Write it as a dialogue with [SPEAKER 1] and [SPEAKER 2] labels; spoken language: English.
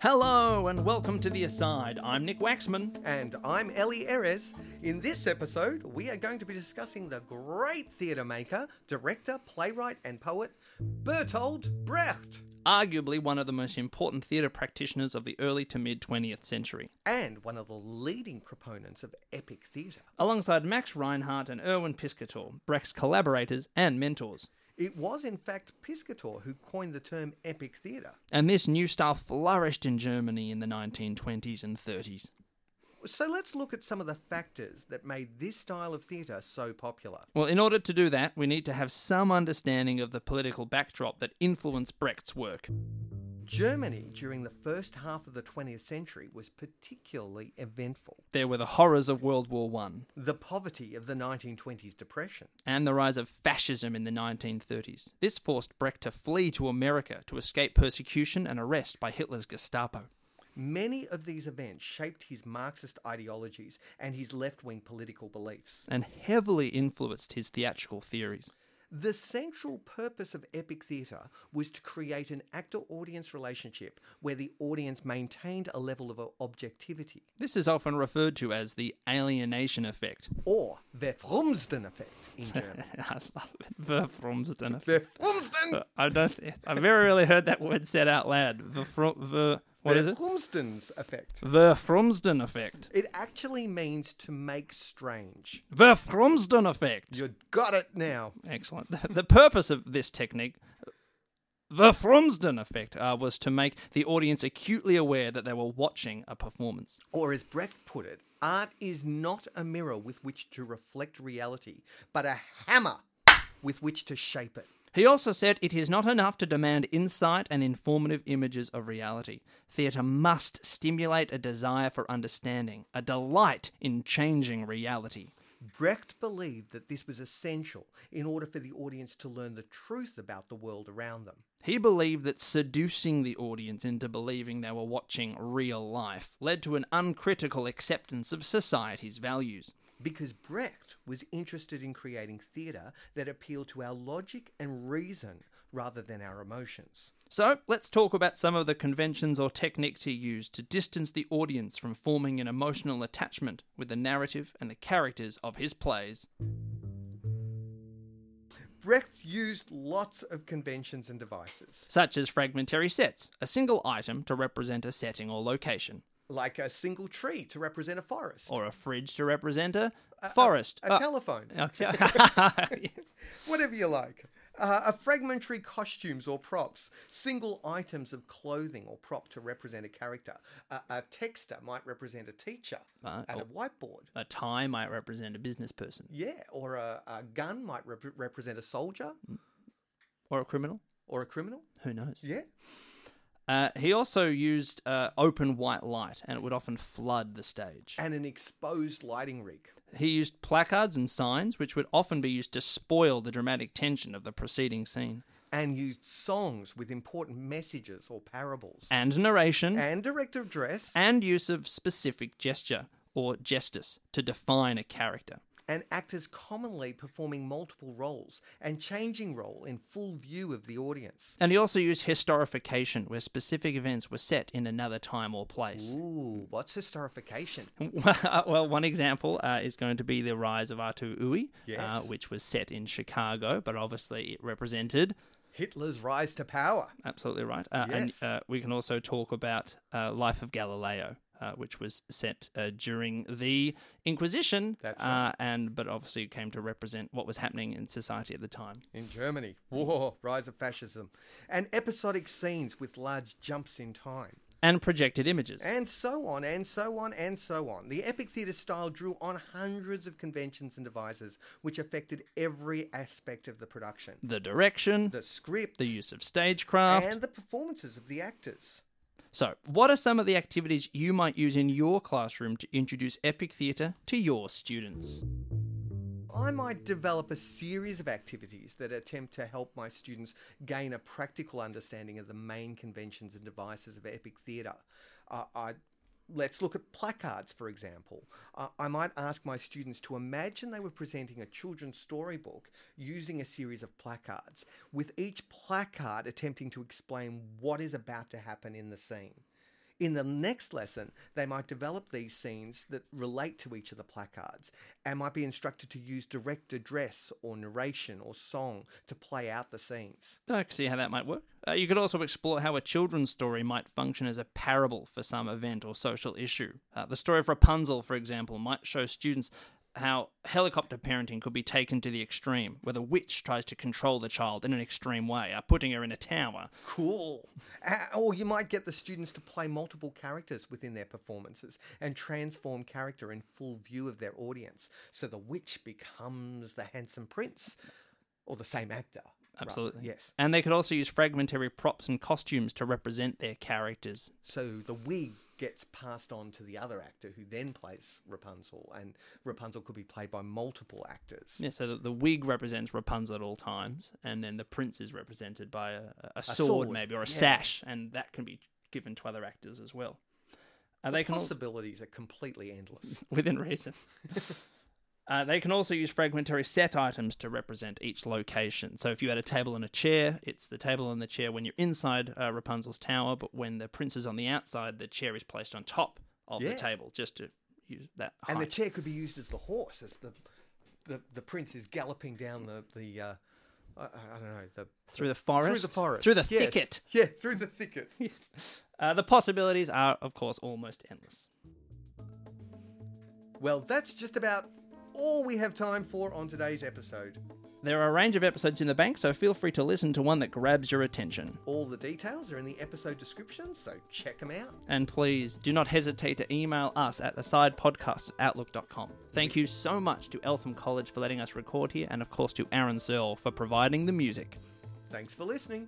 [SPEAKER 1] Hello and welcome to The Aside. I'm Nick Waxman.
[SPEAKER 2] And I'm Ellie Erez. In this episode, we are going to be discussing the great theatre maker, director, playwright, and poet, Bertolt Brecht.
[SPEAKER 1] Arguably one of the most important theatre practitioners of the early to mid 20th century.
[SPEAKER 2] And one of the leading proponents of epic theatre.
[SPEAKER 1] Alongside Max Reinhardt and Erwin Piscator, Brecht's collaborators and mentors.
[SPEAKER 2] It was, in fact, Piscator who coined the term epic theatre.
[SPEAKER 1] And this new style flourished in Germany in the 1920s and 30s.
[SPEAKER 2] So let's look at some of the factors that made this style of theatre so popular.
[SPEAKER 1] Well, in order to do that, we need to have some understanding of the political backdrop that influenced Brecht's work.
[SPEAKER 2] Germany during the first half of the 20th century was particularly eventful.
[SPEAKER 1] There were the horrors of World War One
[SPEAKER 2] The poverty of the 1920s Depression,
[SPEAKER 1] and the rise of fascism in the 1930s. This forced Brecht to flee to America to escape persecution and arrest by Hitler's Gestapo.
[SPEAKER 2] many of these events shaped his Marxist ideologies and his left wing political beliefs.
[SPEAKER 1] and heavily influenced his theatrical theories.
[SPEAKER 2] The central purpose of epic theatre was to create an actor audience relationship where the audience maintained a level of objectivity,
[SPEAKER 1] This is often referred to as the alienation effect.
[SPEAKER 2] or Verfrumsten effect in German.
[SPEAKER 1] I love it. Verfrumsten.
[SPEAKER 2] Verfrumsten!
[SPEAKER 1] I don't. I've very rarely heard that word said out loud. Verfrum. Ver, what is it?
[SPEAKER 2] Verfrumsten's effect.
[SPEAKER 1] Verfrumsten effect.
[SPEAKER 2] It actually means to make strange.
[SPEAKER 1] Verfrumsten effect.
[SPEAKER 2] You got it now.
[SPEAKER 1] Excellent. The, the purpose of this technique, Verfrumsten effect, uh, was to make the audience acutely aware that they were watching a performance.
[SPEAKER 2] Or as Brecht put it, art is not a mirror with which to reflect reality, but a hammer with which to shape it.
[SPEAKER 1] He also said it is not enough to demand insight and informative images of reality. Theatre must stimulate a desire for understanding, a delight in changing reality.
[SPEAKER 2] Brecht believed that this was essential in order for the audience to learn the truth about the world around them.
[SPEAKER 1] He believed that seducing the audience into believing they were watching real life led to an uncritical acceptance of society's values.
[SPEAKER 2] Because Brecht was interested in creating theatre that appealed to our logic and reason rather than our emotions.
[SPEAKER 1] So, let's talk about some of the conventions or techniques he used to distance the audience from forming an emotional attachment with the narrative and the characters of his plays.
[SPEAKER 2] Brecht used lots of conventions and devices,
[SPEAKER 1] such as fragmentary sets, a single item to represent a setting or location,
[SPEAKER 2] like a single tree to represent a forest,
[SPEAKER 1] or a fridge to represent a forest.
[SPEAKER 2] a
[SPEAKER 1] Oh,
[SPEAKER 2] telephone,
[SPEAKER 1] okay.
[SPEAKER 2] whatever you like. Uh, a fragmentary costumes or props, single items of clothing or prop to represent a character. A a texter might represent a teacher
[SPEAKER 1] Right,
[SPEAKER 2] at a whiteboard.
[SPEAKER 1] a tie might represent a business person
[SPEAKER 2] Yeah, or a, a gun might rep- represent a soldier
[SPEAKER 1] or a criminal.
[SPEAKER 2] or a criminal.
[SPEAKER 1] Who knows?
[SPEAKER 2] Yeah.
[SPEAKER 1] Uh, he also used uh, open white light, and it would often flood the stage.
[SPEAKER 2] And an exposed lighting rig.
[SPEAKER 1] He used placards and signs, which would often be used to spoil the dramatic tension of the preceding scene,
[SPEAKER 2] And used songs with important messages or parables.
[SPEAKER 1] and narration,
[SPEAKER 2] And director of dress.
[SPEAKER 1] and use of specific gesture or gestus to define a character.
[SPEAKER 2] and actors commonly performing multiple roles and changing role in full view of the audience.
[SPEAKER 1] And he also used historification, where specific events were set in another time or place.
[SPEAKER 2] Ooh, what's historification?
[SPEAKER 1] well, one example uh, is going to be the rise of Artu Ui, uh,
[SPEAKER 2] Yes.
[SPEAKER 1] which was set in Chicago, but obviously it represented.
[SPEAKER 2] Hitler's rise to power.
[SPEAKER 1] Absolutely right. Uh,
[SPEAKER 2] Yes.
[SPEAKER 1] And uh, we can also talk about uh, Life of Galileo. Uh, which was set uh, during the Inquisition,
[SPEAKER 2] That's
[SPEAKER 1] uh, and but obviously it came to represent what was happening in society at the time.
[SPEAKER 2] In Germany, war, rise of fascism, and episodic scenes with large jumps in time,
[SPEAKER 1] and projected images.
[SPEAKER 2] and so on, and so on, and so on. The epic theatre style drew on hundreds of conventions and devices which affected every aspect of the production
[SPEAKER 1] the direction,
[SPEAKER 2] the script,
[SPEAKER 1] the use of stagecraft.
[SPEAKER 2] and the performances of the actors.
[SPEAKER 1] So, what are some of the activities you might use in your classroom to introduce epic theatre to your students?
[SPEAKER 2] I might develop a series of activities that attempt to help my students gain a practical understanding of the main conventions and devices of epic theatre. Uh, I Let's look at placards, for example. Uh, I might ask my students to imagine they were presenting a children's storybook using a series of placards, with each placard attempting to explain what is about to happen in the scene. In the next lesson, they might develop these scenes that relate to each of the placards and might be instructed to use direct address or narration or song to play out the scenes.
[SPEAKER 1] I can see how that might work. Uh, you could also explore how a children's story might function as a parable for some event or social issue. Uh, the story of Rapunzel, for example, might show students how helicopter parenting could be taken to the extreme, where the witch tries to control the child in an extreme way, uh, putting her in a tower.
[SPEAKER 2] Cool. Uh, Or you might get the students to play multiple characters within their performances and transform character in full view of their audience. So the witch becomes the handsome prince or the same actor. rather.
[SPEAKER 1] Absolutely.
[SPEAKER 2] Yes.
[SPEAKER 1] And they could also use fragmentary props and costumes to represent their characters.
[SPEAKER 2] So the wig gets passed on to the other actor who then plays Rapunzel, and Rapunzel could be played by multiple actors.
[SPEAKER 1] Yeah, so the, the wig represents Rapunzel at all times, and then the prince is represented by a, a, a sword,
[SPEAKER 2] sword,
[SPEAKER 1] maybe, or a
[SPEAKER 2] yeah.
[SPEAKER 1] sash, and that can be given to other actors as well. Uh, they can Mm, also,
[SPEAKER 2] Possibilities are completely endless.
[SPEAKER 1] within reason. Uh, they can also use fragmentary set items to represent each location. So if you had a table and a chair, it's the table and the chair when you're inside uh, Rapunzel's tower, but when the prince is on the outside, the chair is placed on top of
[SPEAKER 2] Yeah.
[SPEAKER 1] the table just to use that.
[SPEAKER 2] and the
[SPEAKER 1] height.
[SPEAKER 2] chair could be used as the horse, as the the, the prince is galloping down the the uh, I, I don't know the
[SPEAKER 1] through the forest,
[SPEAKER 2] through the forest
[SPEAKER 1] through the
[SPEAKER 2] Yes.
[SPEAKER 1] thicket.
[SPEAKER 2] Yeah, through the thicket.
[SPEAKER 1] Uh, the possibilities are, of course, almost endless.
[SPEAKER 2] Well, that's just about all we have time for on today's episode.
[SPEAKER 1] There are a range of episodes in the bank, so feel free to listen to one that grabs your attention.
[SPEAKER 2] All the details are in the episode description, so check them out.
[SPEAKER 1] And please do not hesitate to email us at thesidepodcast at outlook.com. Thank you so much to Eltham College for letting us record here, and of course to Aaron Searle for providing the music.
[SPEAKER 2] Thanks for listening.